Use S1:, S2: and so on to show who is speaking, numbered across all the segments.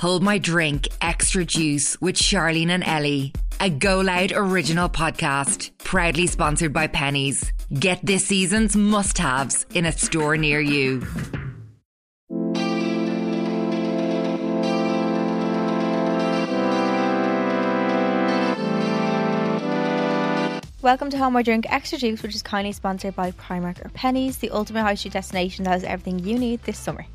S1: Hold My Drink Extra Juice with Charlene and Ellie, a Go Loud original podcast, proudly sponsored by Pennies. Get this season's must haves in a store near you.
S2: Welcome to Home I Drink Extra Juice, which is kindly sponsored by Primark or Pennies, the ultimate high street destination that has everything you need this summer.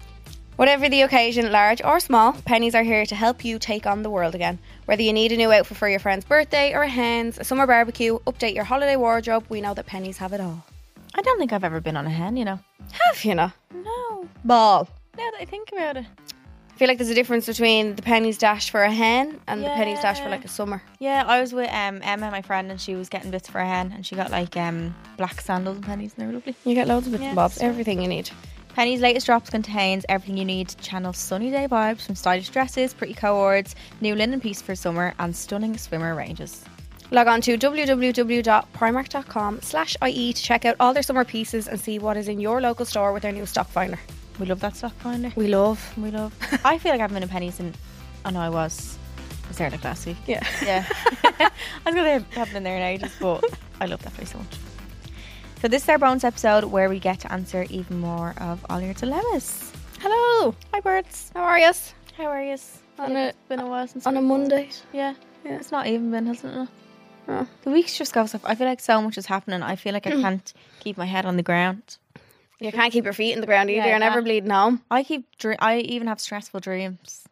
S3: Whatever the occasion, large or small, pennies are here to help you take on the world again. Whether you need a new outfit for your friend's birthday or a hen's, a summer barbecue, update your holiday wardrobe, we know that pennies have it all.
S2: I don't think I've ever been on a hen, you know.
S3: Have you not?
S2: No.
S3: Ball.
S2: Now that I think about it.
S3: I feel like there's a difference between the pennies dash for a hen and the pennies dash
S2: Yeah.
S3: for like a summer.
S2: Yeah, I was with um, Emma, my friend, and she was getting bits for a hen, and she got like um, black sandals and pennies, and they were lovely.
S3: You get loads of bits
S2: Yeah,
S3: and bobs,
S2: so-
S3: everything you need.
S2: Penny's latest drops contains everything you need to channel sunny day vibes from stylish dresses, pretty cohorts, new linen piece for summer, and stunning swimmer ranges.
S3: Log on to www.primark.com slash IE to check out all their summer pieces and see what is in your local store with their new stock finder.
S2: We love that stock finder.
S3: We love.
S2: We love. I feel like I haven't been in Penny's in. I know oh, I was. I was there like last week.
S3: Yeah.
S2: Yeah. I was going to have been there in ages, but I love that place so much. So, this is our bonus episode where we get to answer even more of all your dilemmas.
S3: Hello.
S2: Hi, birds.
S3: How are you?
S2: How are you?
S3: On a-
S2: been a while since
S3: On a Monday.
S2: Yeah.
S3: Yeah.
S2: It's not even been, hasn't it?
S3: Oh. Mm.
S2: The weeks just goes off. I feel like so much is happening. I feel like I can't keep my head on the ground.
S3: You can't keep your feet in the ground either.
S2: Yeah,
S3: You're never
S2: nah.
S3: bleeding home.
S2: I keep. Dr- I even have stressful dreams.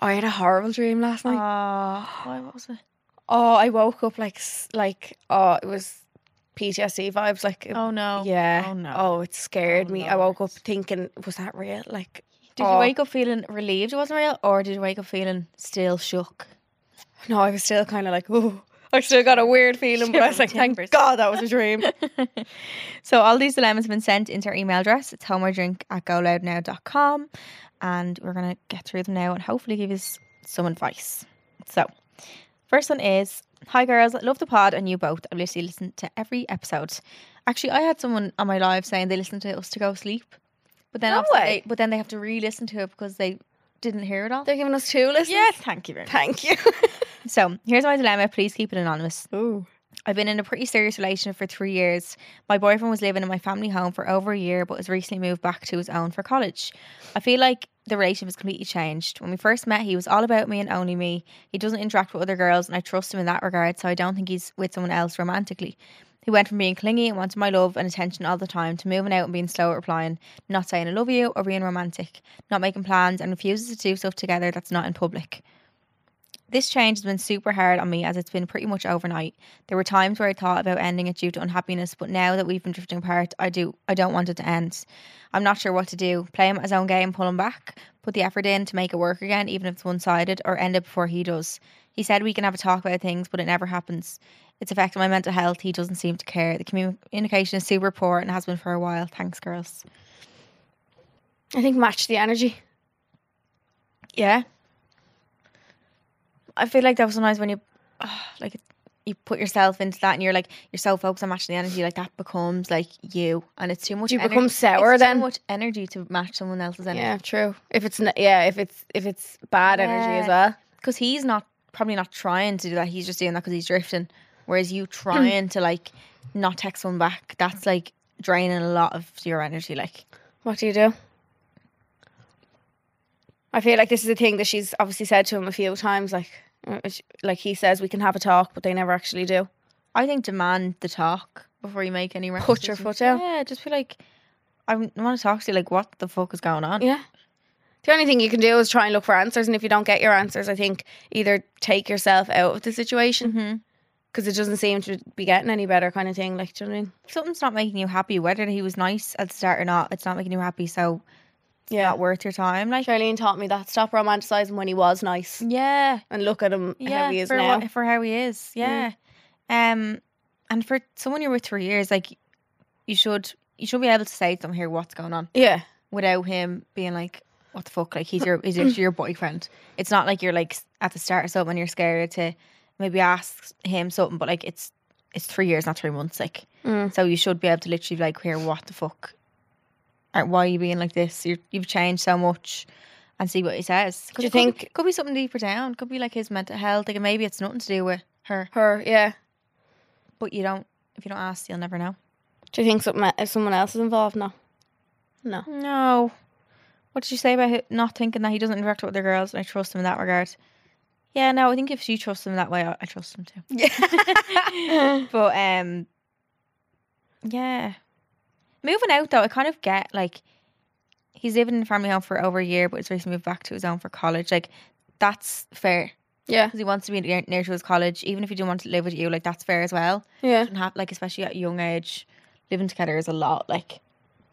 S3: I had a horrible dream last night.
S2: Oh, why what was it?
S3: oh, I woke up like s- like oh, it was PTSD vibes. Like it-
S2: Oh no.
S3: yeah.
S2: Oh no.
S3: Oh, it scared
S2: Oh,
S3: me. I woke up thinking, was that real? Like
S2: Did you
S3: Oh.
S2: wake up feeling relieved it wasn't real, or did you wake up feeling still shook?
S3: no, I was still kind of like oh. I still got a weird feeling, but I was like,
S2: Shivering
S3: thank
S2: timbers.
S3: God that was a dream.
S2: so all these dilemmas have been sent into our email address. It's homeordrink at goloudnow.com. And we're going to get through them now and hopefully give you s- some advice. So, first one is Hi, girls. Love the pod and you both. I've literally listened to every episode. Actually, I had someone on my live saying they listened to us to go sleep. But then,
S3: No
S2: obviously
S3: way.
S2: They, but then they have to re listen to it because they didn't hear it all.
S3: They're giving us two listens.
S2: Yes, thank you very much.
S3: Thank you.
S2: So, here's my dilemma. Please keep it anonymous.
S3: Ooh.
S2: I've been in a pretty serious relationship for three years. My boyfriend was living in my family home for over a year, but has recently moved back to his own for college. I feel like the relationship has completely changed. When we first met, he was all about me and only me. He doesn't interact with other girls, and I trust him in that regard, so I don't think he's with someone else romantically. He went from being clingy and wanting my love and attention all the time to moving out and being slow at replying, not saying I love you or being romantic, not making plans, and refuses to do stuff together that's not in public. This change has been super hard on me as it's been pretty much overnight. There were times where I thought about ending it due to unhappiness, but now that we've been drifting apart, I do I don't want it to end. I'm not sure what to do. Play him at his own game, pull him back, put the effort in to make it work again, even if it's one sided, or end it before he does. He said we can have a talk about things, but it never happens. It's affecting my mental health. He doesn't seem to care. The commu- communication is super poor and has been for a while. Thanks, girls.
S3: I think match the energy.
S2: Yeah. I feel like that was sometimes when you, like, you put yourself into that and you're like, you're so focused on matching the energy, like, that becomes like you. And it's too much.
S3: Do you
S2: ener-
S3: become sour
S2: it's
S3: then?
S2: too much energy to match someone else's energy.
S3: Yeah, true. If it's n- yeah, if it's if it's bad energy as well.
S2: Because he's not, probably not trying to do that. He's just doing that because he's drifting. Whereas you trying to, like, not text one back, that's like draining a lot of your energy. Like,
S3: What do you do? I feel like this is a thing that she's obviously said to him a few times. Like, uh, sh- like he says, we can have a talk, but they never actually do.
S2: I think demand the talk before you make any rash
S3: Put your
S2: decisions.
S3: foot down.
S2: Yeah, just be like, I want to talk to you. Like, what the fuck is going on?
S3: Yeah. The only thing you can do is try and look for answers, and if you don't get your answers, I think either take yourself out of the situation
S2: Mm-hmm.
S3: because it doesn't seem to be getting any better, kind of thing. Like, do you know what I mean?
S2: If something's not making you happy, whether he was nice at the start or not, it's not making you happy. So it's
S3: Yeah.
S2: not worth your time. Like,
S3: Charlene taught me that. Stop romanticising when he was nice,
S2: yeah,
S3: and look at him
S2: yeah,
S3: how he is
S2: for
S3: now.
S2: what- for how he is, yeah.
S3: Mm.
S2: Um, and for someone you're with for years, like you should you should be able to say to them here what's going on
S3: yeah,
S2: without him being like, what the fuck? Like he's your he's literally your boyfriend. It's not like you're like s- at the start of something and you're scared to maybe ask him something, but like it's it's three years, not three months. Like
S3: Mm.
S2: So you should be able to literally be like, here, what the fuck? Or why are you being like this? You're, you've changed so much. and see what he says. 'Cause
S3: Do you
S2: it could be-
S3: think-
S2: could be something deeper down? Could be like his mental health. Like maybe it's nothing to do with her,
S3: Her, yeah.
S2: but you don't. If you don't ask, you'll never know.
S3: Do you think something, if someone else is involved? No. No.
S2: No. What did you say about hi- not thinking that he doesn't interact with other girls? And I trust him in that regard. Yeah, no, I think if she trusts him that way, I, I trust him too.
S3: Yeah.
S2: But um, yeah. Moving out though, I kind of get like he's living in a family home for over a year, but he's recently moved back to his own for college. Like that's fair
S3: yeah.
S2: because he wants to be near, near to his college, even if he didn't want to live with you. Like that's fair as well.
S3: Yeah.
S2: And have like especially at a young age, living together is a lot. Like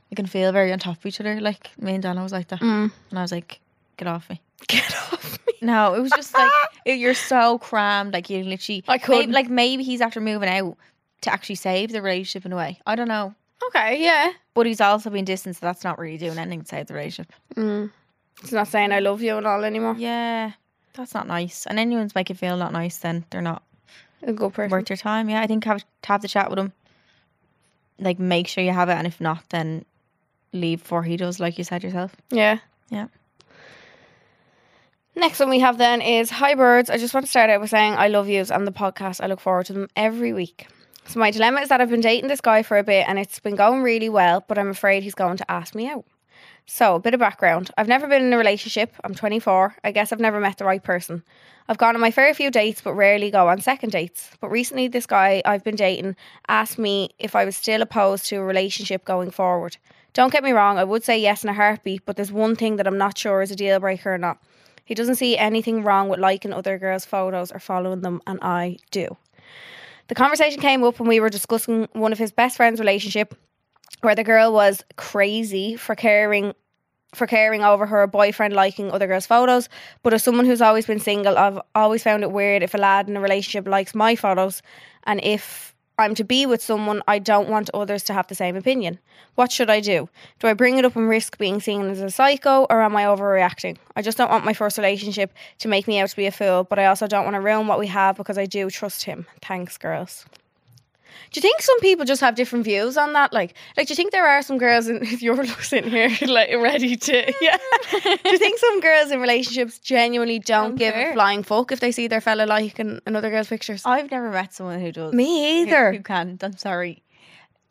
S2: you can feel very on top of each other. Like me and Donna was like that,
S3: Mm.
S2: and I was like, get off me.
S3: Get off me.
S2: No, it was just like it- you're so crammed. Like you literally,
S3: I
S2: Maybe-
S3: couldn't.
S2: like maybe he's after moving out to actually save the relationship in a way. I don't know,
S3: Okay, yeah.
S2: but he's also been distant, so that's not really doing anything to save the relationship.
S3: Mm. It's not saying I love you and all anymore.
S2: Yeah, that's not nice. And anyone's making feel not nice, then they're not
S3: A good person.
S2: worth your time. Yeah, I think have to have the chat with him. Like, make sure you have it, and if not, then leave before he does, like you said yourself.
S3: Yeah.
S2: Yeah.
S3: Next one we have then is Hi Birds. I just want to start out by saying I love yous and the podcast. I look forward to them every week. So my dilemma is that I've been dating this guy for a bit and it's been going really well, but I'm afraid he's going to ask me out. So, a bit of background. I've never been in a relationship. I'm 24. I guess I've never met the right person. I've gone on my fair few dates, but rarely go on second dates. But recently, this guy I've been dating asked me if I was still opposed to a relationship going forward. Don't get me wrong, I would say yes in a heartbeat, but there's one thing that I'm not sure is a deal breaker or not. He doesn't see anything wrong with liking other girls' photos or following them, and I do. The conversation came up when we were discussing one of his best friend's relationship, where the girl was crazy for caring for caring over her boyfriend liking other girls' photos. But as someone who's always been single, I've always found it weird if a lad in a relationship likes my photos, and if I'm to be with someone, I don't want others to have the same opinion. What should I do? Do I bring it up and risk being seen as a psycho, or am I overreacting? I just don't want my first relationship to make me out to be a fool, but I also don't want to ruin what we have because I do trust him. Thanks, girls. Do you think some people just have different views on that? Like, like, do you think there are some girls, in, if you're sitting here, like, ready to, yeah? do you think some girls in relationships genuinely don't,
S2: Don't
S3: give
S2: care.
S3: a flying fuck if they see their fella liking another girl's pictures?
S2: I've never met someone who does.
S3: Uh, Me either.
S2: Who, who can't? I'm sorry.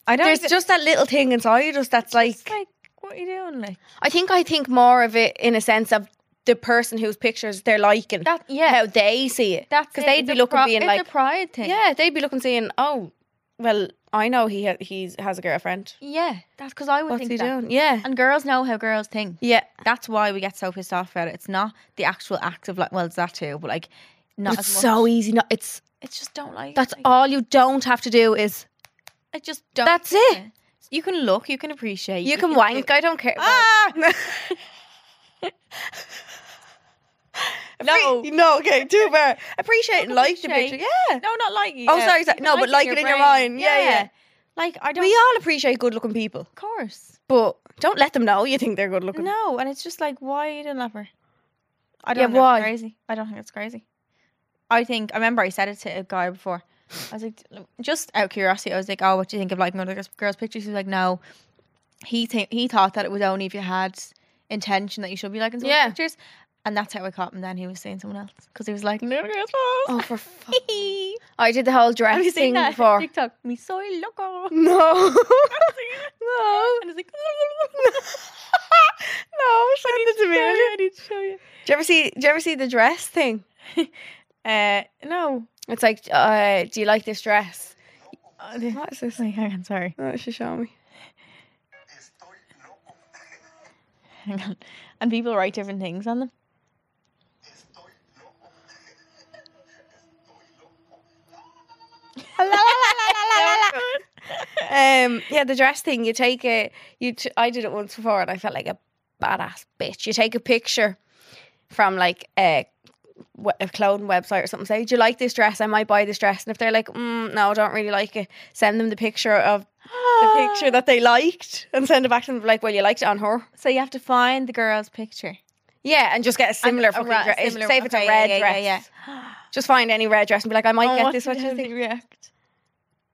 S2: I don't.
S3: There's
S2: even-
S3: just that little thing inside us that's like,
S2: It's like, what are you doing? Like
S3: I think I think more of it in a sense of the person whose pictures they're liking.
S2: that? Yeah,
S3: How they see it.
S2: that's
S3: because
S2: it.
S3: they'd
S2: It's
S3: be
S2: a
S3: looking
S2: pri-
S3: being
S2: it's
S3: like,
S2: a pride thing.
S3: yeah, they'd be looking saying, oh, well, I know he ha- he has a girlfriend.
S2: yeah. That's because I would
S3: What's
S2: think
S3: he
S2: that.
S3: doing? Yeah,
S2: And girls know how girls think.
S3: yeah.
S2: That's why we get so pissed off about it. It's not the actual act of like, well, it's that too, but like, not
S3: But it's
S2: as much.
S3: so easy. Not it's
S2: It's just don't like.
S3: that's
S2: it.
S3: all you don't have to do is
S2: I just don't.
S3: That's
S2: like
S3: it.
S2: You can look. You can appreciate.
S3: you can wank.
S2: do-
S3: I don't care.
S2: Ah!
S3: no, no. Okay, too bad. Appreciate and like the
S2: Appreciate.
S3: picture. Yeah.
S2: No, not like you.
S3: Oh, sorry, sorry. No, but like it in your mind. Yeah, yeah.
S2: Like I don't.
S3: We all appreciate good looking people,
S2: of course.
S3: but don't let them know you think they're good looking.
S2: No, and it's just like why you didn't love her. I
S3: Yeah,
S2: don't. know.
S3: why?
S2: It's crazy. I don't think it's crazy. I think I remember I said it to a guy before. I was like, just out of curiosity, I was like, "Oh, what do you think of liking other girls- girls' pictures?" He was like, "No." He th- he thought that it was only if you had intention that you should be liking someone's
S3: Yeah.
S2: pictures, and that's how I caught him. Then he was seeing someone else because he was liking other girls' photos.
S3: Oh, for fuck.
S2: Oh.
S3: I did the whole dress
S2: Have you
S3: thing
S2: seen that
S3: before.
S2: TikTok? Me soy loco. no.
S3: No.
S2: And it's like.
S3: no, send it to me. will you?
S2: I need to show you.
S3: Do you ever see? Do you ever see the dress thing?
S2: Uh, no.
S3: It's like, uh, do you like this dress? What is Uh, this?
S2: Wait, hang on, sorry.
S3: Oh, she showed me.
S2: Hang on. And people write different things on them.
S3: Um, yeah, the dress thing. You take a. You. T- I did it once before, and I felt like a badass bitch. You take a picture from like a, we- a clothing website or something. Say, do you like this dress? I might buy this dress. And if they're like, mm, no, don't really like it, send them the picture of the picture that they liked, and send it back to them. Like, well, you liked it on her.
S2: So you have to find the girl's picture.
S3: Yeah, and just get a similar fucking
S2: ra-
S3: dress.
S2: similar eh,
S3: Say
S2: one.
S3: if it's a
S2: Okay, yeah,
S3: red
S2: yeah,
S3: dress.
S2: yeah,
S3: Just find any red dress and be like, I might
S2: Oh,
S3: get this. What
S2: did-
S3: do you
S2: how did
S3: think?
S2: they react?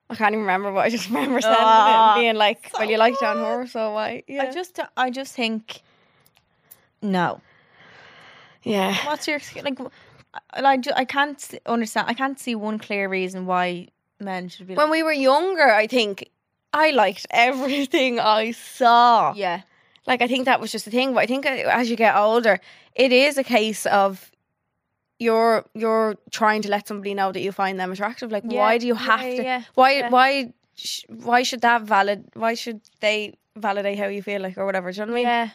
S3: I can't even remember what I just remember sending it
S2: Ah,
S3: and being like,
S2: so
S3: well, you liked it on
S2: bad.
S3: her, so why? Yeah.
S2: I just, I just think, no.
S3: Yeah.
S2: What's your excuse? like? I- I, ju- I can't s- understand. I can't see one clear reason why men should be.
S3: When we were younger, I think I liked everything I saw.
S2: like, yeah,
S3: Like, I think that was just the thing. But I think uh, as you get older, it is a case of you're you're trying to let somebody know that you find them attractive. Like,
S2: Yeah.
S3: why do you
S2: Yeah,
S3: have
S2: yeah,
S3: to?
S2: yeah.
S3: Why
S2: Yeah.
S3: why sh- why should that valid? Why should they validate how you feel like or whatever? Do you know what I mean?
S2: yeah,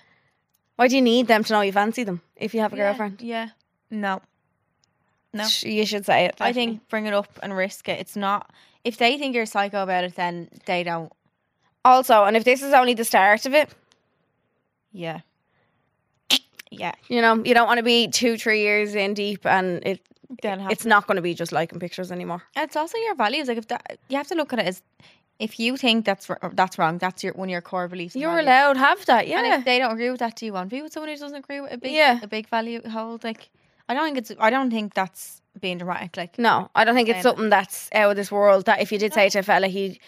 S3: Why do you need them to know you fancy them if you have a
S2: yeah,
S3: girlfriend?
S2: Yeah, no, No.
S3: Sh- You should say it.
S2: I think bring it up and risk it. It's not if they think you're psycho about it, then they don't.
S3: also, and if this is only the start of it,
S2: Yeah, yeah.
S3: you know, you don't want to be two, three years in deep, and it
S2: Then
S3: it's not going to be just liking pictures anymore.
S2: it's also your values. Like if that, you have to look at it as if you think that's r- that's wrong, that's your one of your core beliefs. and
S3: You're
S2: values.
S3: allowed have that,
S2: And
S3: yeah.
S2: if they don't agree with that, do you want to be with someone who doesn't agree with a big
S3: Yeah.
S2: a big value hold? Like I don't think it's I don't think that's being dramatic. Like
S3: no, I don't think it's
S2: Saying
S3: something that's out of this world. That if you did say to a fella, he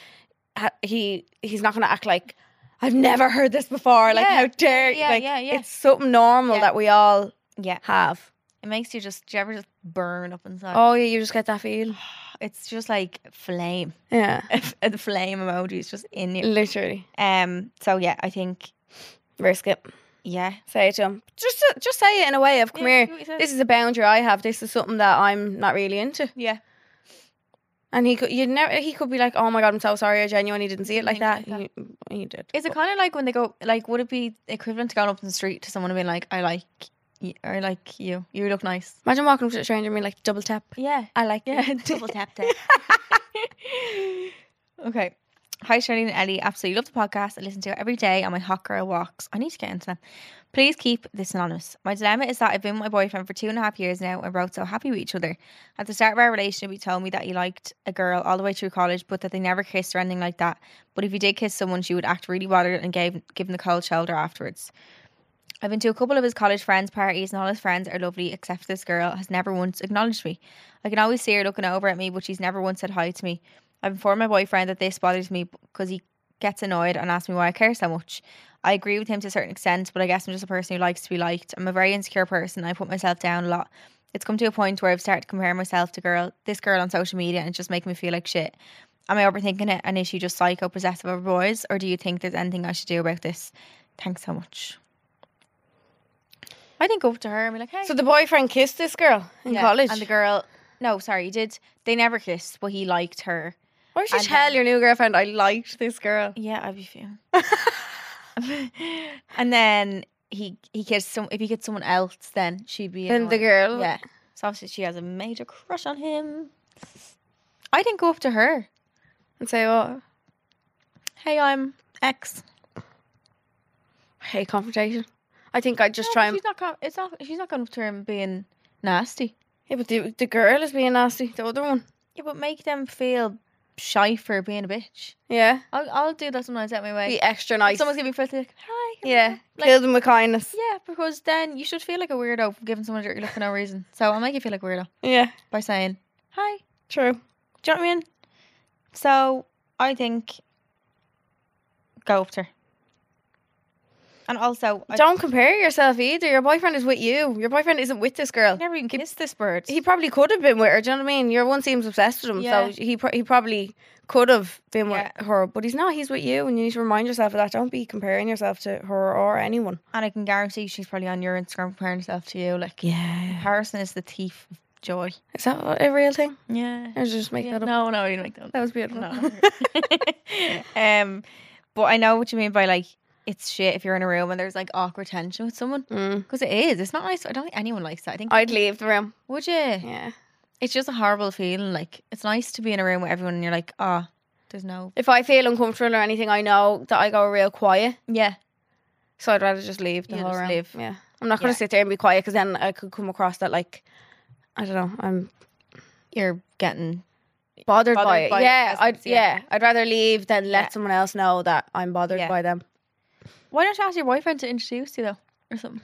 S3: ha- he he's not going to act like I've never heard this before. Like
S2: Yeah,
S3: how dare you?
S2: yeah,
S3: like,
S2: yeah, yeah.
S3: It's something normal
S2: Yeah.
S3: that we all
S2: yeah,
S3: have.
S2: it makes you just do you ever just burn up inside?
S3: Oh yeah, you just get that feel.
S2: It's just like flame.
S3: Yeah,
S2: the flame emoji is just in you.
S3: literally.
S2: Um. So yeah, I think
S3: Risk it.
S2: yeah.
S3: Say it to him. Just just say it in a way of come
S2: Yeah,
S3: here.
S2: do what you said.
S3: This is a boundary I have. This is something that I'm not really into.
S2: Yeah.
S3: And he could, you never, he could be like, "Oh my god, I'm so sorry, I genuinely didn't see it like that."
S2: Didn't
S3: You, you did.
S2: Is it
S3: But-
S2: kind of like when they go like would it be equivalent to going up in the street to someone and being like I like you, or I like you. You look nice.
S3: Imagine walking up to a stranger and being like, "Double tap."
S2: Yeah.
S3: I like you.
S2: Yeah, double tap tap. okay. Hi, Shirley and Ellie. Absolutely love the podcast. I listen to it every day on my hot girl walks. I need to get into them. Please keep this anonymous. My dilemma is that I've been with my boyfriend for two and a half years now and we're both so happy with each other. At the start of our relationship, he told me that he liked a girl all the way through college, but that they never kissed or anything like that. But if he did kiss someone, she would act really bothered and gave, give him the cold shoulder afterwards. I've been to a couple of his college friends' parties, and all his friends are lovely, except this girl has never once acknowledged me. I can always see her looking over at me, but she's never once said hi to me. I've informed my boyfriend that this bothers me because he gets annoyed and asks me why I care so much. I agree with him to a certain extent, but I guess I'm just a person who likes to be liked. I'm a very insecure person. I put myself down a lot. It's come to a point where I've started comparing myself to girl, this girl on social media, and it's just making me feel like shit. Am I overthinking it? And is she just psycho possessive of boys, or do you think there's anything I should do about this? Thanks so much. I think go up to her and be like, "Hey."
S3: So the boyfriend kissed this girl in
S2: Yeah,
S3: college.
S2: And the girl, no, sorry, he did. They never kissed, but he liked her.
S3: Why should you
S2: and
S3: tell
S2: then-
S3: your new girlfriend I liked this girl?
S2: Yeah, I'd be feeling. and then he he kissed some. If he kissed someone else, then she'd be.
S3: Then the
S2: annoyed.
S3: girl,
S2: Yeah. So obviously she has a major crush on him. I didn't go up to her.
S3: and say, "Oh,
S2: Hey, I'm X.
S3: I hate confrontation." I think I'd just
S2: No,
S3: try
S2: but
S3: and.
S2: She's not. Go- it's not. She's not going up to her and being nasty.
S3: Yeah, but the, the girl is being nasty. The other one.
S2: Yeah, but make them feel shy for being a bitch.
S3: Yeah.
S2: I'll, I'll do that sometimes out my way.
S3: Be extra nice.
S2: Someone's gonna be filthy. Like, Hi. come
S3: yeah.
S2: here." Like,
S3: Kill them with kindness.
S2: Yeah, because then you should feel like a weirdo for giving someone a dirty look for no reason. So I'll make you feel like a weirdo
S3: Yeah.
S2: by saying, Hi,
S3: True.
S2: do you know what I mean? So I think go up to her. And also, I
S3: Don't compare yourself either. Your boyfriend is with you. Your boyfriend isn't with this girl.
S2: never even kissed this bird.
S3: He probably could have been with her. Do you know what I mean? Your one seems obsessed with him,
S2: Yeah.
S3: so he pro- he probably could have been
S2: Yeah.
S3: with her, but he's not. He's with you, and you need to remind yourself of that. Don't be comparing yourself to her or anyone.
S2: and I can guarantee she's probably on your Instagram comparing herself to you. Like,
S3: Yeah,
S2: comparison is the thief of joy.
S3: is that a real thing?
S2: Yeah.
S3: I was just making that up.
S2: No, no, I didn't make that. up.
S3: That was beautiful.
S2: No. um, but I know what you mean by like, it's shit if you're in a room and there's like awkward tension with someone.
S3: Mm.
S2: Because it is. It's not nice. I don't think anyone likes that. I think
S3: I'd leave the room.
S2: would you?
S3: Yeah.
S2: It's just a horrible feeling. Like it's nice to be in a room with everyone, and you're like, ah, there's no.
S3: If I feel uncomfortable or anything, I know that I go real quiet,
S2: Yeah,
S3: so I'd rather just leave the
S2: Yeah,
S3: whole
S2: just
S3: room.
S2: leave.
S3: Yeah, I'm not gonna
S2: Yeah.
S3: sit there and be quiet because then I could come across that like. I don't know. I'm
S2: you're getting.
S3: bothered, by
S2: Bothered
S3: it.
S2: by the
S3: yeah, I'd
S2: presence, yeah.
S3: yeah. I'd rather leave than let
S2: Yeah.
S3: someone else know that I'm bothered
S2: Yeah.
S3: by them.
S2: Why don't you ask your boyfriend to introduce you though, or something?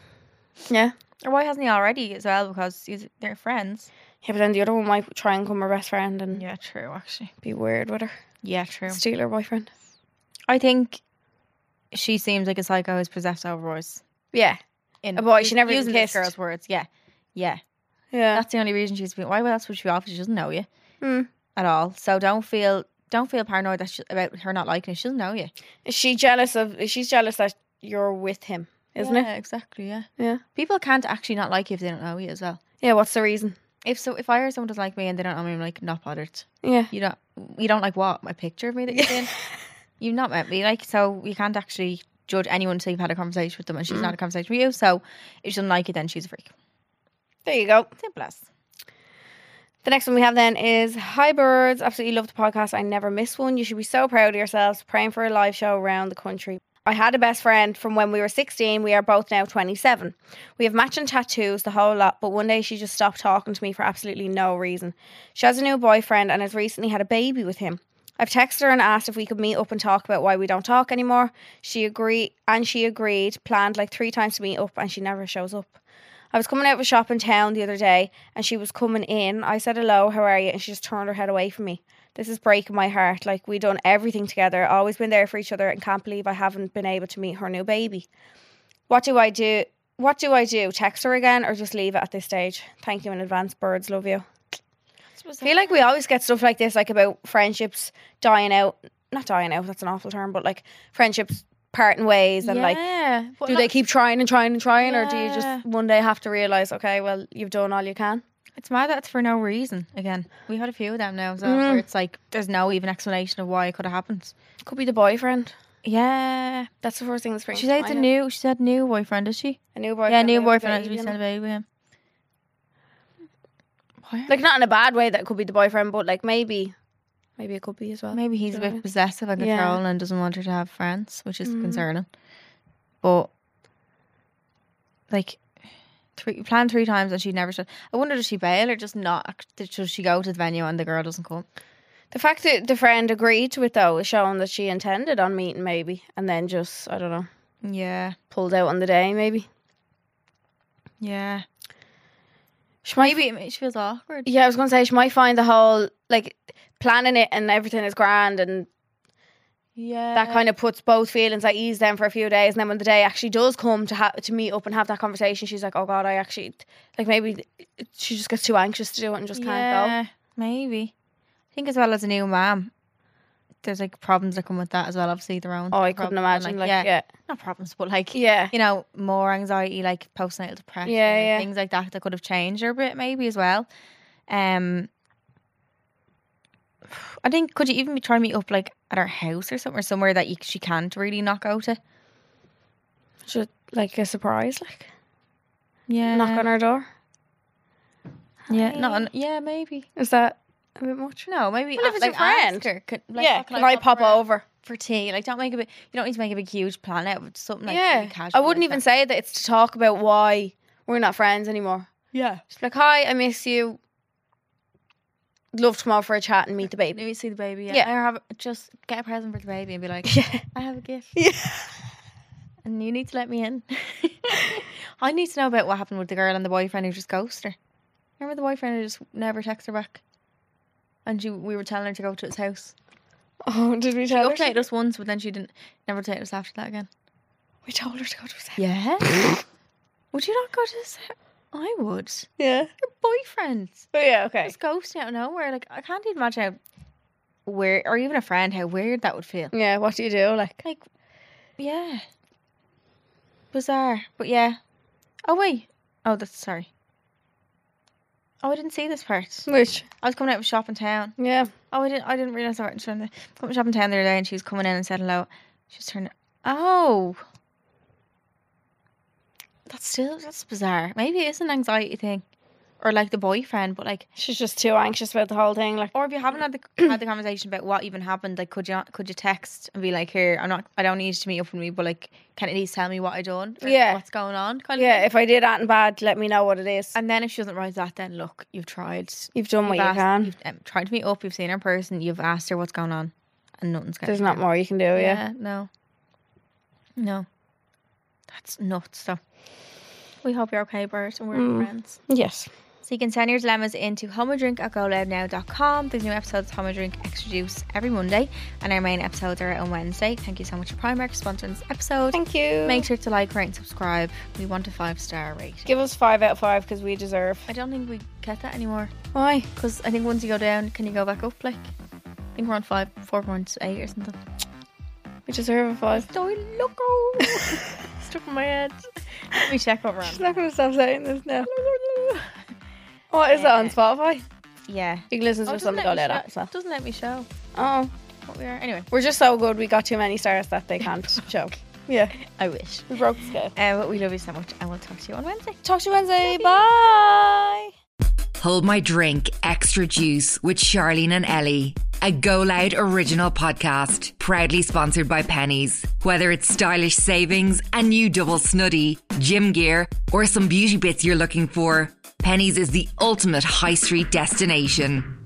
S3: Yeah.
S2: Or why hasn't he already as well? Because he's, they're friends.
S3: Yeah, but then the other one might try and come her best friend and
S2: Yeah, true. Actually,
S3: be weird with her.
S2: yeah, true.
S3: Steal her boyfriend.
S2: I think she seems like a psycho who's possessed over boys.
S3: Yeah.
S2: In
S3: A boy she never even
S2: using this
S3: kissed.
S2: girl's words. Yeah, Yeah.
S3: Yeah.
S2: That's the only reason she's been. Why else would she be off? She doesn't know you
S3: Hmm.
S2: at all. So don't feel don't feel paranoid that she, about her not liking you. She doesn't know you,
S3: Is she jealous of? She's jealous that you're with him, isn't
S2: yeah,
S3: it?
S2: Exactly. Yeah.
S3: Yeah.
S2: People can't actually not like you if they don't know you as well.
S3: Yeah. What's the reason?
S2: If so, if I or someone doesn't like me and they don't know me, I'm like not bothered.
S3: Yeah.
S2: You don't you don't like what my picture of me that you've seen. You've not met me, like so you can't actually judge anyone until you've had a conversation with them, and she's not had a conversation with you. So if she doesn't like you, then she's a freak.
S3: There you go.
S2: Simple as.
S3: The next one we have then is Hi Birds. Absolutely love the podcast. I never miss one. You should be so proud of yourselves. Praying for a live show around the country. I had a best friend from when we were 16. We are both now 27. We have matching tattoos, the whole lot, but one day she just stopped talking to me for absolutely no reason. She has a new boyfriend and has recently had a baby with him. I've texted her and asked if we could meet up and talk about why we don't talk anymore. She agreed, and she agreed, planned like three times to meet up, and she never shows up. I was coming out of a shop in town the other day and she was coming in. I said, Hello, how are you? And she just turned her head away from me. This is breaking my heart. Like, we done everything together, always been there for each other, and can't believe I haven't been able to meet her new baby. What do I do? What do I do? Text her again or just leave it at this stage? Thank you in advance, birds. Love you. I feel like we always get stuff like this, like about friendships dying out. Not dying out, that's an awful term, but like friendships parting ways and like
S2: yeah, but
S3: do
S2: not-
S3: they keep trying and trying and trying, or do you
S2: Yeah.
S3: just one day have to realize, okay, well, you've done all you can?
S2: It's mad that it's for no reason. Again, Mm. we had a few of them now as well, where it's like there's no even explanation of why it could have happened.
S3: Could be the boyfriend.
S2: Yeah,
S3: That's the first thing that springs.
S2: she
S3: to
S2: said it's a
S3: mind.
S2: new. She said new boyfriend, is she?
S3: a new boyfriend.
S2: yeah, new
S3: they have a
S2: boyfriend.
S3: baby
S2: As we
S3: and
S2: said
S3: all.
S2: about him. Why?
S3: like not in a bad way. That could be the boyfriend, but like maybe, maybe it could be as well.
S2: Maybe he's a
S3: don't
S2: bit possessive and
S3: Yeah. Mm-hmm.
S2: controlling and doesn't want her to have friends, which is concerning. But like three planned three times and she never should. I wonder does she bail or just not? act- did- Should she go to the venue and the girl doesn't come?
S3: The fact that the friend agreed to it though is showing that she intended on meeting maybe, and then just I don't know
S2: Yeah,
S3: pulled out on the day maybe.
S2: yeah.
S3: She might
S2: Maybe it ma- she feels awkward.
S3: Yeah, I was gonna say she might find the whole like planning it and everything is grand and
S2: Yeah,
S3: that kind of puts both feelings at ease then for a few days and then when the day actually does come to ha- to meet up and have that conversation she's like oh god i actually like maybe she just gets too anxious to do it and just can't
S2: Maybe. I think as well as a new mom, there's like problems that come with that as well. Obviously, their own.
S3: go oh i
S2: problems
S3: couldn't
S2: and,
S3: imagine like, yeah
S2: not problems, but like
S3: yeah
S2: you know, more anxiety, like postnatal depression,
S3: Yeah,
S2: and
S3: yeah.
S2: things like that that could have changed her a bit, maybe as well. Um, I think could you even be trying to meet up like at her house or something, or somewhere that you, she can't really not go to?
S3: Should, like a surprise like
S2: Yeah,
S3: knock on her door
S2: yeah, not on, yeah, maybe.
S3: is that a bit much
S2: No, maybe. uh,
S3: Well, if it's
S2: like,
S3: your friend.
S2: ask her, could- like, "Oh,
S3: yeah can, i, pop
S2: over
S3: over
S2: for tea? Like, don't make a big. You don't need to make a big huge plan out of it. Something like really
S3: yeah
S2: casual
S3: i wouldn't
S2: like
S3: even
S2: that.
S3: say that it's to talk about why we're not friends anymore
S2: yeah.
S3: just like hi i miss you love to come over for a chat and meet the
S2: Let
S3: baby
S2: me see the baby. Yeah,
S3: Yeah.
S2: I have just get a present for the baby and be like,
S3: yeah
S2: I have a gift.
S3: Yeah.
S2: And you need to let me in. I need to know about what happened with the girl and the boyfriend who just ghosted her. Remember the boyfriend who just never texted her back? And she, we were telling her to go to his house.
S3: oh did we
S2: She
S3: tell her she-
S2: updated us once, but then she didn't never updated us after that again.
S3: we told her to go to his house
S2: Yeah. would you not go to his house? I would.
S3: yeah
S2: Your boyfriend.
S3: Oh yeah, okay.
S2: Just ghosting out of nowhere. Like I can't even imagine how weird or even a friend how weird that would feel.
S3: Yeah, what do you do? Like,
S2: Like, yeah. Bizarre. But yeah. Oh, wait. Oh, that's sorry. Oh, I didn't see this part.
S3: which?
S2: I was coming out of a shop in town.
S3: Yeah.
S2: Oh, I didn't. I didn't realize I was trying to come shop in town the other day, and she was coming in and said hello. She was turning. Oh, that's still that's bizarre. Maybe it's an anxiety thing, or like the boyfriend. But like,
S3: She's just too anxious about the whole thing. Like,
S2: or if you haven't had the had the conversation about what even happened, like could you not, could you text and be like, here, I'm not, I don't need you to meet up with me, but like, can at least tell me what I done, or
S3: Yeah.
S2: what's going on, kind of
S3: yeah,
S2: thing.
S3: if I did anything bad, let me know what it is.
S2: And then if she doesn't write that, then look, you've tried,
S3: You've done what
S2: you've,
S3: you
S2: asked-
S3: can.
S2: you've um, tried to meet up, you've seen her in person, you've asked her what's going on, and nothing's going.
S3: There's not more you can do. Yeah.
S2: yeah, no, no, that's nuts. So we hope you're okay, Bert, and we're
S3: Mm.
S2: friends.
S3: Yes.
S2: So you can send your dilemmas into homadrink at goloudnow.com. There's new episodes of Home and Drink Extra Juice every Monday, and our main episodes are on Wednesday. Thank you so much to Primark for sponsoring this episode.
S3: Thank you.
S2: Make sure to like, rate, and subscribe. We want a five star rating.
S3: Give us five out of five because we deserve.
S2: I don't think we get that anymore
S3: Why?
S2: because I think once you go down, can you go back up? Like, I think we're on five, four point eight or something.
S3: We deserve a five.
S2: Don't look oh, stuck in my head. Let me check what we're
S3: She's
S2: on.
S3: not going to stop saying this now. What is that on
S2: Yeah.
S3: Spotify?
S2: Yeah.
S3: You can listen to us on the Go Loud app.
S2: show,
S3: So.
S2: doesn't let me show
S3: Oh,
S2: what we are. Anyway,
S3: we're just so good. We got too many stars that they can't show. Yeah,
S2: I wish.
S3: we broke the scale.
S2: Uh, but we love you so much, and we'll talk to you on Wednesday.
S3: Talk to you Wednesday. Bye.
S1: Hold My Drink Extra Juice with Charlene and Ellie, a Go Loud original podcast proudly sponsored by Pennies. Whether it's stylish savings, a new double snuddy, gym gear, or some beauty bits you're looking for, Pennies is the ultimate high street destination.